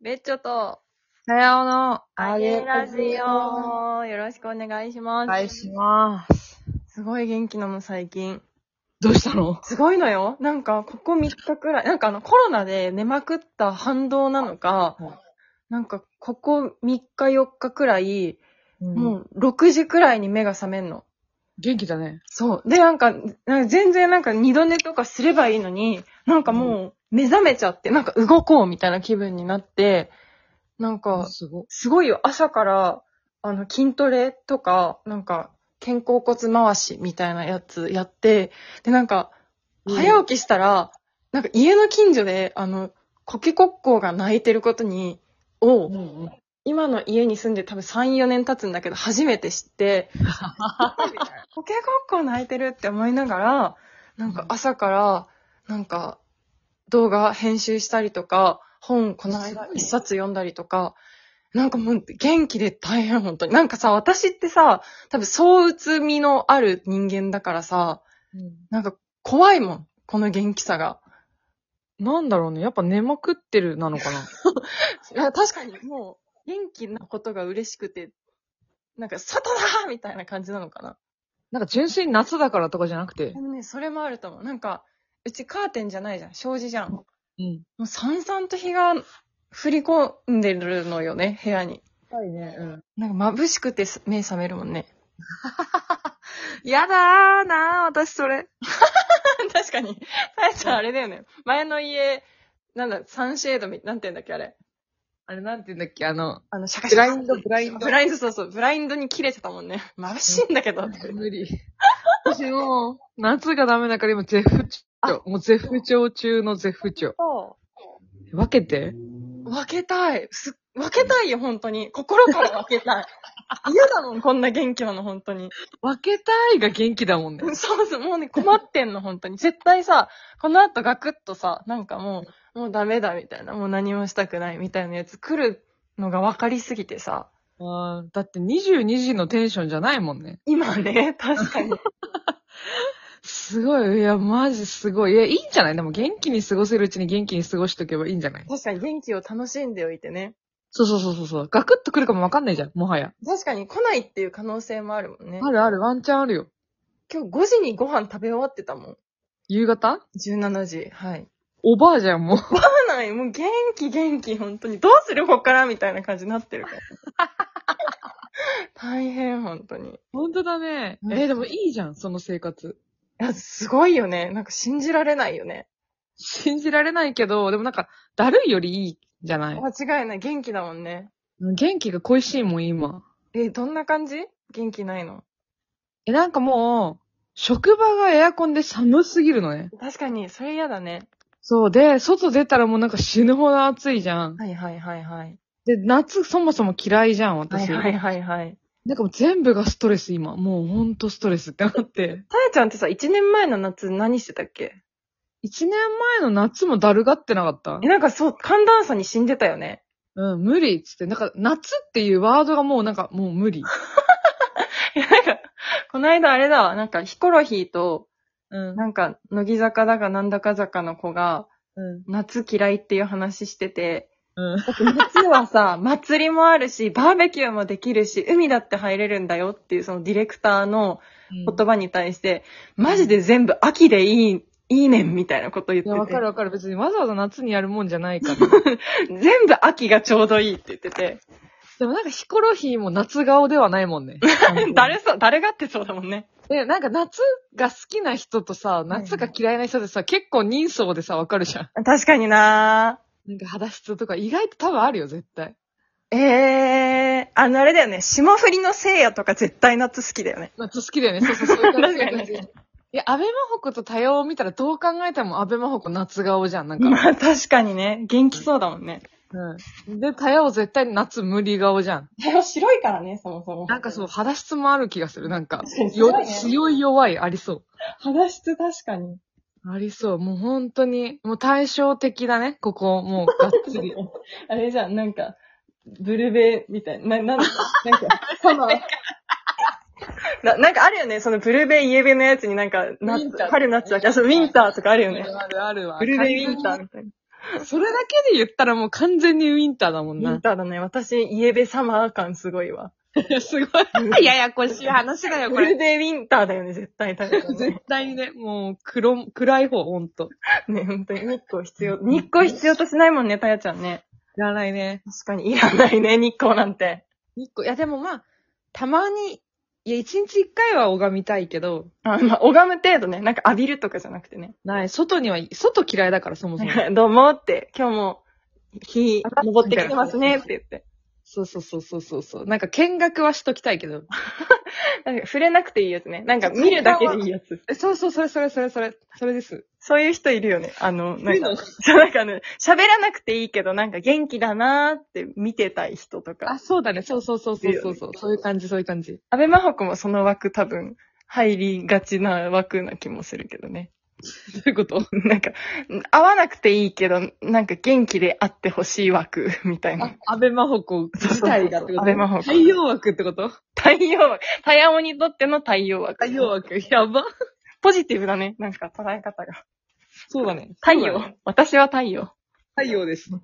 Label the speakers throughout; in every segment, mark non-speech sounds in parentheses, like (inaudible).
Speaker 1: ベッチョと、
Speaker 2: さようの、
Speaker 1: あげラジ
Speaker 2: お
Speaker 1: オ。よろしくお願いします。
Speaker 2: 願いします。
Speaker 1: すごい元気なの、最近。
Speaker 2: どうしたの
Speaker 1: すごいのよ。なんか、ここ3日くらい、なんかあの、コロナで寝まくった反動なのか
Speaker 2: はい、
Speaker 1: なんか、ここ3日4日くらい、
Speaker 2: も
Speaker 1: も
Speaker 2: う、
Speaker 1: う6時くらいに目が覚めんの。
Speaker 2: 元気だね。
Speaker 1: そう。で、なんか、なんか全然なんか二度寝とかすればいいのに、なんかもう目覚めちゃって、なんか動こうみたいな気分になって、なんか、
Speaker 2: すごい。
Speaker 1: すごいよ、朝から、あの、筋トレとか、なんか、肩甲骨回しみたいなやつやって、で、なんか、
Speaker 2: うん
Speaker 1: 早起きしたら、なんか家の近所で、あの、コケコッコーが鳴いてることに、を、
Speaker 2: んうん。
Speaker 1: 今の家に住んで多分3、4年経つんだけど、初めて知って、コケコッコー鳴いてるって思いながら、なんか朝から、なんか、動画編集したりとか、本この
Speaker 2: すご
Speaker 1: 間
Speaker 2: いね
Speaker 1: 一冊読んだりとか、なんかもう元気で大変本当に。なんかさ、私ってさ、多分躁うつみのある人間だからさ、なんか怖いもん。この元気さが。
Speaker 2: なんだろうね。やっぱ寝まくってるなのかな。
Speaker 1: いや、確かにもう、元気なことが嬉しくて、なんか、外だみたいな感じなのかな。
Speaker 2: なんか純粋に夏だからとかじゃなくて
Speaker 1: で。もね、それもあると思う。なんか、うちカーテンじゃないじゃん。障子じゃん。も
Speaker 2: うん。
Speaker 1: う、さんさんと日が降り込んでるのよね、部屋に。
Speaker 2: はいね。うん。
Speaker 1: なんか眩しくてす目覚めるもんね。
Speaker 2: やだーなー、私それ。
Speaker 1: (laughs) 確かに。さえちゃんあれだよね。前の家、なんだ、サンシェードみ、なんて言うんだっけ、あれ。
Speaker 2: あれなんて言うんだっけあの、
Speaker 1: あの、シャカシ
Speaker 2: ブ
Speaker 1: ャカ。
Speaker 2: ラインド、ブラインド
Speaker 1: ブ。ラインド、そうそう。ブラインドに切れてたもんね。眩しいんだけど。
Speaker 2: 無 (laughs) 理。私もう、夏がダメだから今、絶不調。もう絶不調中の絶不調。
Speaker 1: そう。
Speaker 2: 分けて。
Speaker 1: 分けたい。す、分けたいよ、本当に。心から分けたい。嫌だもん、こんな元気なの、本当に。
Speaker 2: 分けたいが元気だもんね。
Speaker 1: (laughs) そうそう、もうね、困ってんの、本当に。絶対さ、この後ガクッとさ、なんかもう、もうダメだ、みたいな。もう何もしたくない、みたいなやつ来るのが分かりすぎてさ。
Speaker 2: あーだって22時のテンションじゃないもんね。
Speaker 1: 今ね、 (laughs) 確かに。
Speaker 2: すごい。いや、マジすごい。いや、いいんじゃないでも元気に過ごせるうちに元気に過ごしとけばいいんじゃない
Speaker 1: 確かに元気を楽しんでおいてね。
Speaker 2: そうそうそうそうそう。ガクッと来るかもわかんないじゃん、もはや。
Speaker 1: 確かに来ないっていう可能性もあるもんね。
Speaker 2: あるある、ワンチャンあるよ。
Speaker 1: 今日5時にご飯食べ終わってたもん。
Speaker 2: 夕方
Speaker 1: 17時。はい。
Speaker 2: おばあじゃん、も (laughs) う。
Speaker 1: そうなんよもう元気元気、本当に。どうするこっからみたいな感じになってるから。 (laughs) 大変、本当に。い
Speaker 2: ほんとだね。
Speaker 1: うん
Speaker 2: えーでもいいじゃん、その生活。
Speaker 1: や、すごいよね。なんか信じられないよね。
Speaker 2: 信じられないけど、でもなんか、だるいよりいいじゃない
Speaker 1: 間違いない。元気だもんね。
Speaker 2: 元気が恋しいもん、今。
Speaker 1: え、どんな感じ元気ないの
Speaker 2: え、なんかもう、職場がエアコンで寒すぎるのね。
Speaker 1: 確かに、それ嫌だね。
Speaker 2: そうで、外出たらもうなんか死ぬほど暑いじゃん。
Speaker 1: はいはいはいはい。
Speaker 2: で、夏そもそも嫌いじゃん、
Speaker 1: はい
Speaker 2: 私。
Speaker 1: はいはいはい。
Speaker 2: なんかもう全部がストレス、今。もうほんとストレスってなって。
Speaker 1: さやちゃんってさ、1年前の夏何してたっけ
Speaker 2: 一年前の夏もだるがってなかった
Speaker 1: え、なんかそう、寒暖差に死んでたよね。 (laughs)
Speaker 2: うん、無理っつって。なんか、夏っていうワードがもうなんか、もう無理。
Speaker 1: いや、なんか、この間あれだわ、なんかヒコロヒーと、
Speaker 2: うん。
Speaker 1: なんか、乃木坂だかなんだか坂の子が、
Speaker 2: うん。
Speaker 1: 夏嫌いっていう話してて、
Speaker 2: うん。
Speaker 1: 夏はさ、祭りもあるし、バーベキューもできるし、海だって入れるんだよっていうそのディレクターの言葉に対して、マジで全部秋でいい、いいねんみたいなこと言っ
Speaker 2: い
Speaker 1: て
Speaker 2: や、わかる
Speaker 1: て、
Speaker 2: わかる。別にわざわざ夏にやるもんじゃないから。
Speaker 1: 全部秋がちょうどいいって言ってて、
Speaker 2: でもなんか、ヒコロヒーも夏顔ではないもん (laughs) ね。
Speaker 1: 誰そう、誰がってそうだもんね。
Speaker 2: え、なんか夏が好きな人とさ、夏が嫌いな人でさ、結構人相でさ、わかるじゃん。
Speaker 1: 確かにな
Speaker 2: なんか肌質とか意外と多分あるよ、絶対。
Speaker 1: ええー、あのあれだよね、霜降りの聖夜とか絶対夏好きだよね。
Speaker 2: 夏好きだよね。そうそう、そういう感じ。
Speaker 1: (laughs) 確かに
Speaker 2: そういう感じいや、安倍真帆子と多様を見たらどう考えても安倍真帆子夏顔じゃん。なんか。
Speaker 1: まあ確かにね、元気そうだもんね。
Speaker 2: うん。で、多様絶対夏無理顔じゃん。
Speaker 1: でも白いからね、そもそも
Speaker 2: なんかそう、肌質もある気がする。なんか。
Speaker 1: 確かに
Speaker 2: よ
Speaker 1: 強いね
Speaker 2: 強い弱いありそ
Speaker 1: 肌質確かに。
Speaker 2: う。ありそう。もう本当に、もう対照的だね。ここ、もう、がっつり。
Speaker 1: (laughs) あれじゃん、なんか、ブルベみたいな、な、なんなんか、その、 (laughs) な、なんかあるよね、そのブルベイエベのやつになんか、夏
Speaker 2: ウィンター
Speaker 1: 春夏だっけあ、そう、ウィンターとかあるよね。
Speaker 2: あるあるわ。
Speaker 1: ブルベイウィンターみたいな。
Speaker 2: それだけで言ったらもう完全にウィンターだもん
Speaker 1: ウィン
Speaker 2: な。
Speaker 1: ターだね。私、イエベサマー感すごいわ。
Speaker 2: すごい。ややこしい話だよ、
Speaker 1: こ
Speaker 2: これ
Speaker 1: れ。でウィンターだよね、 (laughs) 絶対。多分
Speaker 2: 絶対にね、もう、黒、暗い方、ほんと。
Speaker 1: ね、本当に日光必要。日光必要としないもんね、たやちゃんね。
Speaker 2: いらないね。
Speaker 1: 確かに、いらないね、日光なんて。
Speaker 2: 日光、いやでもまあ、たまに、いや、一日一回は拝みたいけど、
Speaker 1: あまあ、拝む程度ね、なんか浴びるとかじゃなくてね。
Speaker 2: ない、外には、外嫌いだから、そ (laughs) もそも。
Speaker 1: (laughs) どうもって、今日も、日、登ってきてますねって言って。
Speaker 2: そうそうそうそうそうそう。なんか見学はしときたいけど。
Speaker 1: なんか触れなくていいやつね。なんか見るだけでいいやつ。
Speaker 2: えそうそう、それそれそれそれ、それです。
Speaker 1: そういう人いるよね。あの、なん
Speaker 2: そういう
Speaker 1: か
Speaker 2: の、
Speaker 1: そうなんかね、喋らなくていいけど、なんか元気だなーって見てたい人と
Speaker 2: あ、
Speaker 1: か。
Speaker 2: そうだね。そうそうそうそうそうそ
Speaker 1: い
Speaker 2: う、
Speaker 1: いよね
Speaker 2: そういう感じ、そういう感じ。
Speaker 1: 安倍真帆子もその枠多分、入りがちな枠な気もするけどね。 (laughs)
Speaker 2: どういうこと
Speaker 1: なんか、会わなくていいけど、なんか元気で会ってほしい枠、 (laughs) みたい
Speaker 2: あ
Speaker 1: な。、
Speaker 2: 安倍真帆子自体がっ
Speaker 1: そうそ
Speaker 2: てこと
Speaker 1: うそう安倍真帆子
Speaker 2: 太陽枠ってこと
Speaker 1: 太陽枠、太陽にとっての太陽枠。
Speaker 2: 太陽枠、やば。
Speaker 1: ポジティブだね。なんか捉え方が。
Speaker 2: そうだね。
Speaker 1: 太
Speaker 2: そう
Speaker 1: 陽
Speaker 2: だね。
Speaker 1: 私は太陽。
Speaker 2: 太陽です。な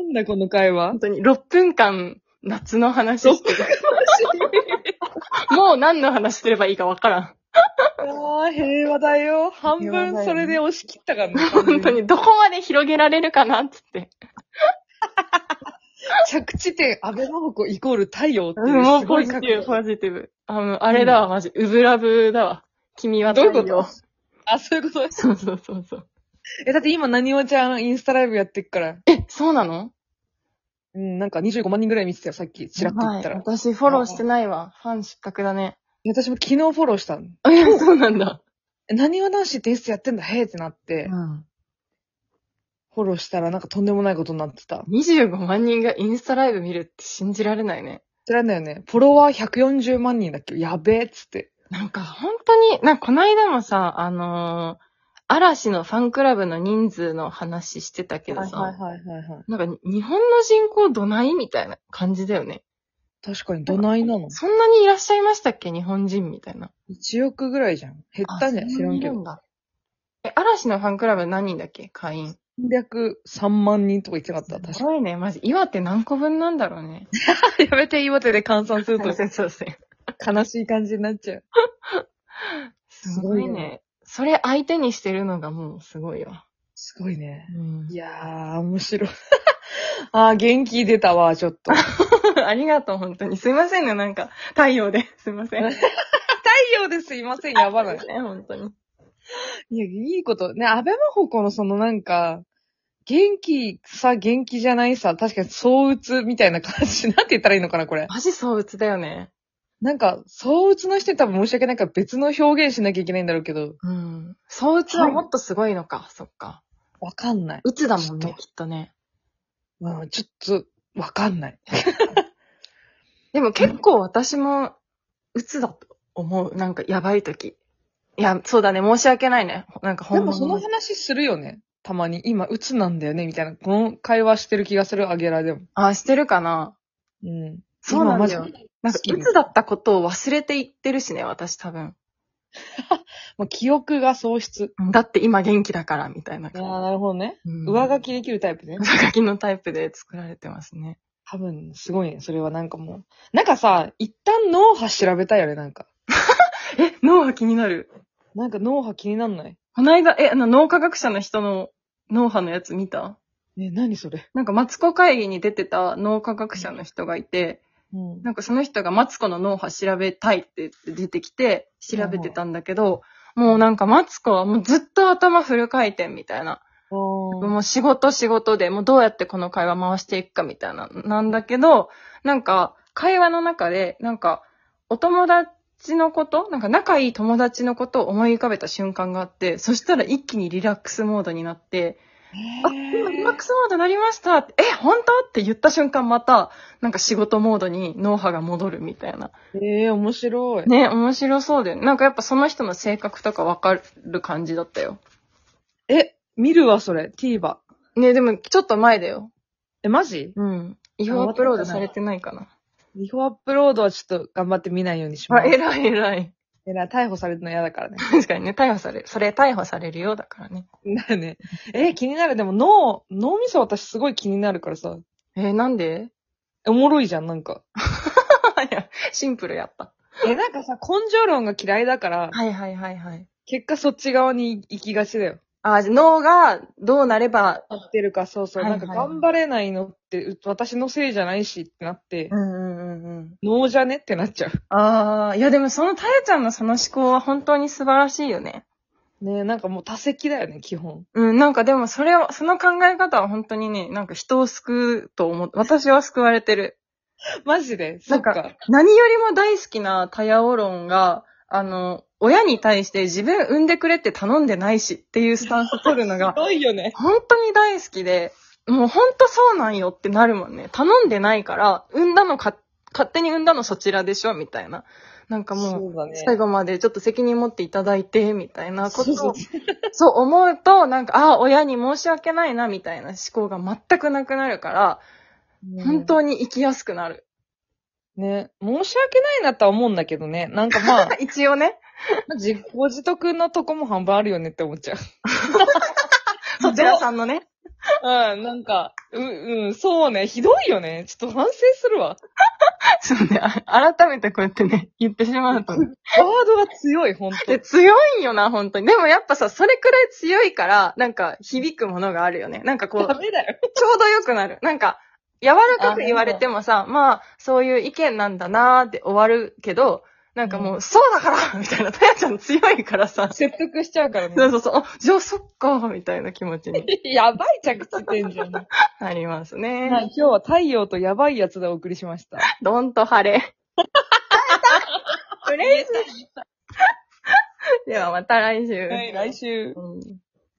Speaker 2: んだこの会 (laughs) 話
Speaker 1: 本当に6分間夏の話
Speaker 2: (laughs)
Speaker 1: してる。もう何の話すればいいかわからん。
Speaker 2: ああ、平和だよ。半
Speaker 1: 平和だ
Speaker 2: 分
Speaker 1: よ
Speaker 2: それで押し切ったからね。
Speaker 1: 本当。にどこまで広げられるかなっつって。
Speaker 2: 着地点、安倍真帆子イコール太陽っていう。
Speaker 1: もう
Speaker 2: すご
Speaker 1: ポ
Speaker 2: い
Speaker 1: ジ
Speaker 2: 角
Speaker 1: ティ
Speaker 2: 度
Speaker 1: ブ、ポジティブ。あの、あれだわ、マジ。うぶらぶだわ。君は
Speaker 2: どういう
Speaker 1: 太
Speaker 2: こ
Speaker 1: 陽。
Speaker 2: とあ、そういうことです。
Speaker 1: そうそうそうそう。
Speaker 2: え、だって今、なにわちゃんインスタライブやってっから。
Speaker 1: え、そうなの
Speaker 2: うん、なんか25万人ぐらい見てたよ、さっき。ちらっと言った
Speaker 1: や
Speaker 2: ら。
Speaker 1: ばい私フォローしてないわ。ファン失格だね。
Speaker 2: 私も昨日フォローしたの。
Speaker 1: あ、い (laughs) や、そうなんだ。
Speaker 2: えなにわ男子ってインスタやってんだ、へーってなって、フォローしたらなんかとんでもないことになってた。
Speaker 1: 25万人がインスタライブ見るって信じられないね。
Speaker 2: 知らんだよね。フォロワー140万人だっけやべえっつって。
Speaker 1: なんか本当に、なんかこの間もさ、あのー嵐のファンクラブの人数の話してたけどさ、
Speaker 2: はいはいはい。
Speaker 1: なんか日本の人口どないみたいな感じだよね。
Speaker 2: 確かに、どないなの
Speaker 1: そんなにいらっしゃいましたっけ日本人みたいな。
Speaker 2: ?1 億ぐらいじゃん。減ったね、知らんけど。
Speaker 1: ど。え、嵐のファンクラブ何人だっけ会員。
Speaker 2: 303万人とか言ってなかった。確
Speaker 1: す
Speaker 2: か
Speaker 1: ごいね。マジ、岩手何個分なんだろうね。
Speaker 2: (laughs) に。やめて、岩手で換算すると
Speaker 1: そうそうそう。
Speaker 2: 悲しい感じになっちゃう。
Speaker 1: すごいね。それ相手にしてるのがもうすごいわ。
Speaker 2: すごいね。
Speaker 1: うん
Speaker 2: いやー、面白い。 (laughs) あー、元気出たわ、ちょっと。太
Speaker 1: (laughs) ありがとう、本当に。すいませんね、なんか、太陽で。 (laughs) すいま
Speaker 2: (laughs)
Speaker 1: せん。ね、
Speaker 2: 陽ですいません、やばない。
Speaker 1: 本当に。
Speaker 2: いや、いいこと。ね、安倍真帆子のそのなんか、元気さ、元気じゃないさ、確かに相うつみたいな感じ。なんて言ったらいいのかな、これ。
Speaker 1: マジ相鬱だよね。
Speaker 2: なんか、相うつの人に多分申し訳ないから別の表現しなきゃいけないんだろうけど、
Speaker 1: うん。相鬱はもっとすごいのか、そっか。
Speaker 2: わかんない。
Speaker 1: 鬱だもん
Speaker 2: ちょ
Speaker 1: ね
Speaker 2: っ、
Speaker 1: きっとね。
Speaker 2: うん、ちょっと、わかんない。
Speaker 1: でも結構私も、鬱だと思う。なんか、やばい時。いや、そうだね、申し訳ないね。なんか、
Speaker 2: で
Speaker 1: ほん
Speaker 2: も
Speaker 1: ま
Speaker 2: その話するよね。たまに。今、鬱なんだよね、みたいな。この会話してる気がする、アゲラでも。
Speaker 1: あ、してるかな。
Speaker 2: うん。
Speaker 1: そうなんだよ
Speaker 2: 今マジ
Speaker 1: なんか
Speaker 2: 好、き
Speaker 1: 鬱だったことを忘れていってるしね、私多分。
Speaker 2: もう記憶が喪失。
Speaker 1: だって今元気だから、みたいな
Speaker 2: あ
Speaker 1: 感じ。
Speaker 2: あ、なるほどね。
Speaker 1: うん
Speaker 2: 上書きできるタイプね。
Speaker 1: 上書きのタイプで作られてますね。
Speaker 2: 多分、すごいね。それはなんかもう。なんかさ、一旦脳波調べたいよね、なんか。
Speaker 1: え、脳波気になる。
Speaker 2: なんか脳波気になんない
Speaker 1: この間、え、あの、脳科学者の人の脳波のやつ見た
Speaker 2: ね、何それ。
Speaker 1: なんか、マツコ会議に出てた脳科学者の人がいて、
Speaker 2: うん。
Speaker 1: なんかその人がマツコの脳波調べたいって言って出てきて、調べてたんだけど、もうなんかマツコはもうずっと頭フル回転みたいな。もう仕事仕事で、もうどうやってこの会話回していくかみたいな、なんだけど、なんか、会話の中で、なんか、お友達のこと、なんか仲いい友達のことを思い浮かべた瞬間があって、そしたら一気にリラックスモードになって、あ、今リラックスモードになりましたってえ、本当って言った瞬間また、なんか仕事モードに脳波が戻るみたいな。
Speaker 2: ええー、面白い。
Speaker 1: ね、面白そうだよね。なんかやっぱその人の性格とかわかる感じだったよ。
Speaker 2: え、見るわ、それ。TVer。
Speaker 1: ね、でもちょっと前だよ。
Speaker 2: え、マジ
Speaker 1: うん。違法アップロードされてないかな。
Speaker 2: リフォアップロードはちょっと頑張って見ないようにしま
Speaker 1: あ、
Speaker 2: す。
Speaker 1: 偉い偉い。
Speaker 2: えらい、逮捕されるの嫌だからね。
Speaker 1: 確かにね、逮捕される。それ逮捕されるようだからね。
Speaker 2: (laughs) だよね。えー、気になる。でも脳、脳みそ私すごい気になるからさ。
Speaker 1: えーなんで (laughs)
Speaker 2: おもろいじゃん、なんか。
Speaker 1: いやシンプルやった。
Speaker 2: え、なんかさ、根性論が嫌いだから、
Speaker 1: はいはいはいはい。
Speaker 2: 結果そっち側に行きがちだよ。
Speaker 1: あ、じゃあ脳がどうなれば、
Speaker 2: 合ってるか、そうそう。
Speaker 1: はいは
Speaker 2: ないんか頑張れないのって、う私のせいじゃないしってなって、
Speaker 1: んうんうんうん。
Speaker 2: 脳じゃねってなっちゃう。
Speaker 1: ああ、いやでもそのたやちゃんのその思考は本当に素晴らしいよね。
Speaker 2: ねえ、なんかもう多席だよね、基本。
Speaker 1: うん、なんかでもそれを、その考え方は本当にね、なんか人を救うと思う。私は救われてる。
Speaker 2: マジで。そ
Speaker 1: なん
Speaker 2: っ
Speaker 1: か
Speaker 2: か。
Speaker 1: 何よりも大好きなタヤオロンが、あの、親に対して自分産んでくれって頼んでないしっていうスタンス取るの
Speaker 2: す
Speaker 1: が、
Speaker 2: ごいよね。
Speaker 1: 本当に大好きで、もう本当そうなんよってなるもんね。頼んでないから、産んだのか、勝手に産んだのそちらでしょみたいな。なんかもう、
Speaker 2: そうだね。
Speaker 1: 最後までちょっと責任持っていただいて、みたいなこと
Speaker 2: そう
Speaker 1: を、そう思うと、なんか、ああ、親に申し訳ないな、みたいな思考が全くなくなるから、本
Speaker 2: に。
Speaker 1: 当に生きやすくなる。
Speaker 2: ね。申し訳ないなとは思うんだけどね。なんかまあ、 (laughs)
Speaker 1: 一応ね、
Speaker 2: 自己自得のとこも半分あるよねって思っちゃう。
Speaker 1: そちらさんのね。
Speaker 2: うん、なんか、う、うん、そうね。ひどいよね。ちょっと反省するわ。
Speaker 1: (laughs) そうね、あ改めてこうやってね、言ってしまうとね。
Speaker 2: ガードが強い、ほんと
Speaker 1: で、。強いよな、本当に。でもやっぱさ、それくらい強いから、なんか響くものがあるよね。なんかこう、
Speaker 2: ダメだよ。
Speaker 1: ちょうど良くなる。なんか、柔らかく言われてもさ、まあ、そういう意見なんだなーって終わるけど、なんかもう、そうだから (laughs) みたいな、たやちゃん強いからさ、
Speaker 2: 説得しちゃうからね。
Speaker 1: そうそうそう、あじゃあそっかーみたいな気持ちに
Speaker 2: やばい着地点じゃん。 (laughs) はい、
Speaker 1: なりますね。
Speaker 2: 今日は太陽とやばいやつでお送りしました。
Speaker 1: どんと晴れ。
Speaker 2: プレイ
Speaker 1: ではまた来週。
Speaker 2: はい、来週。
Speaker 1: うん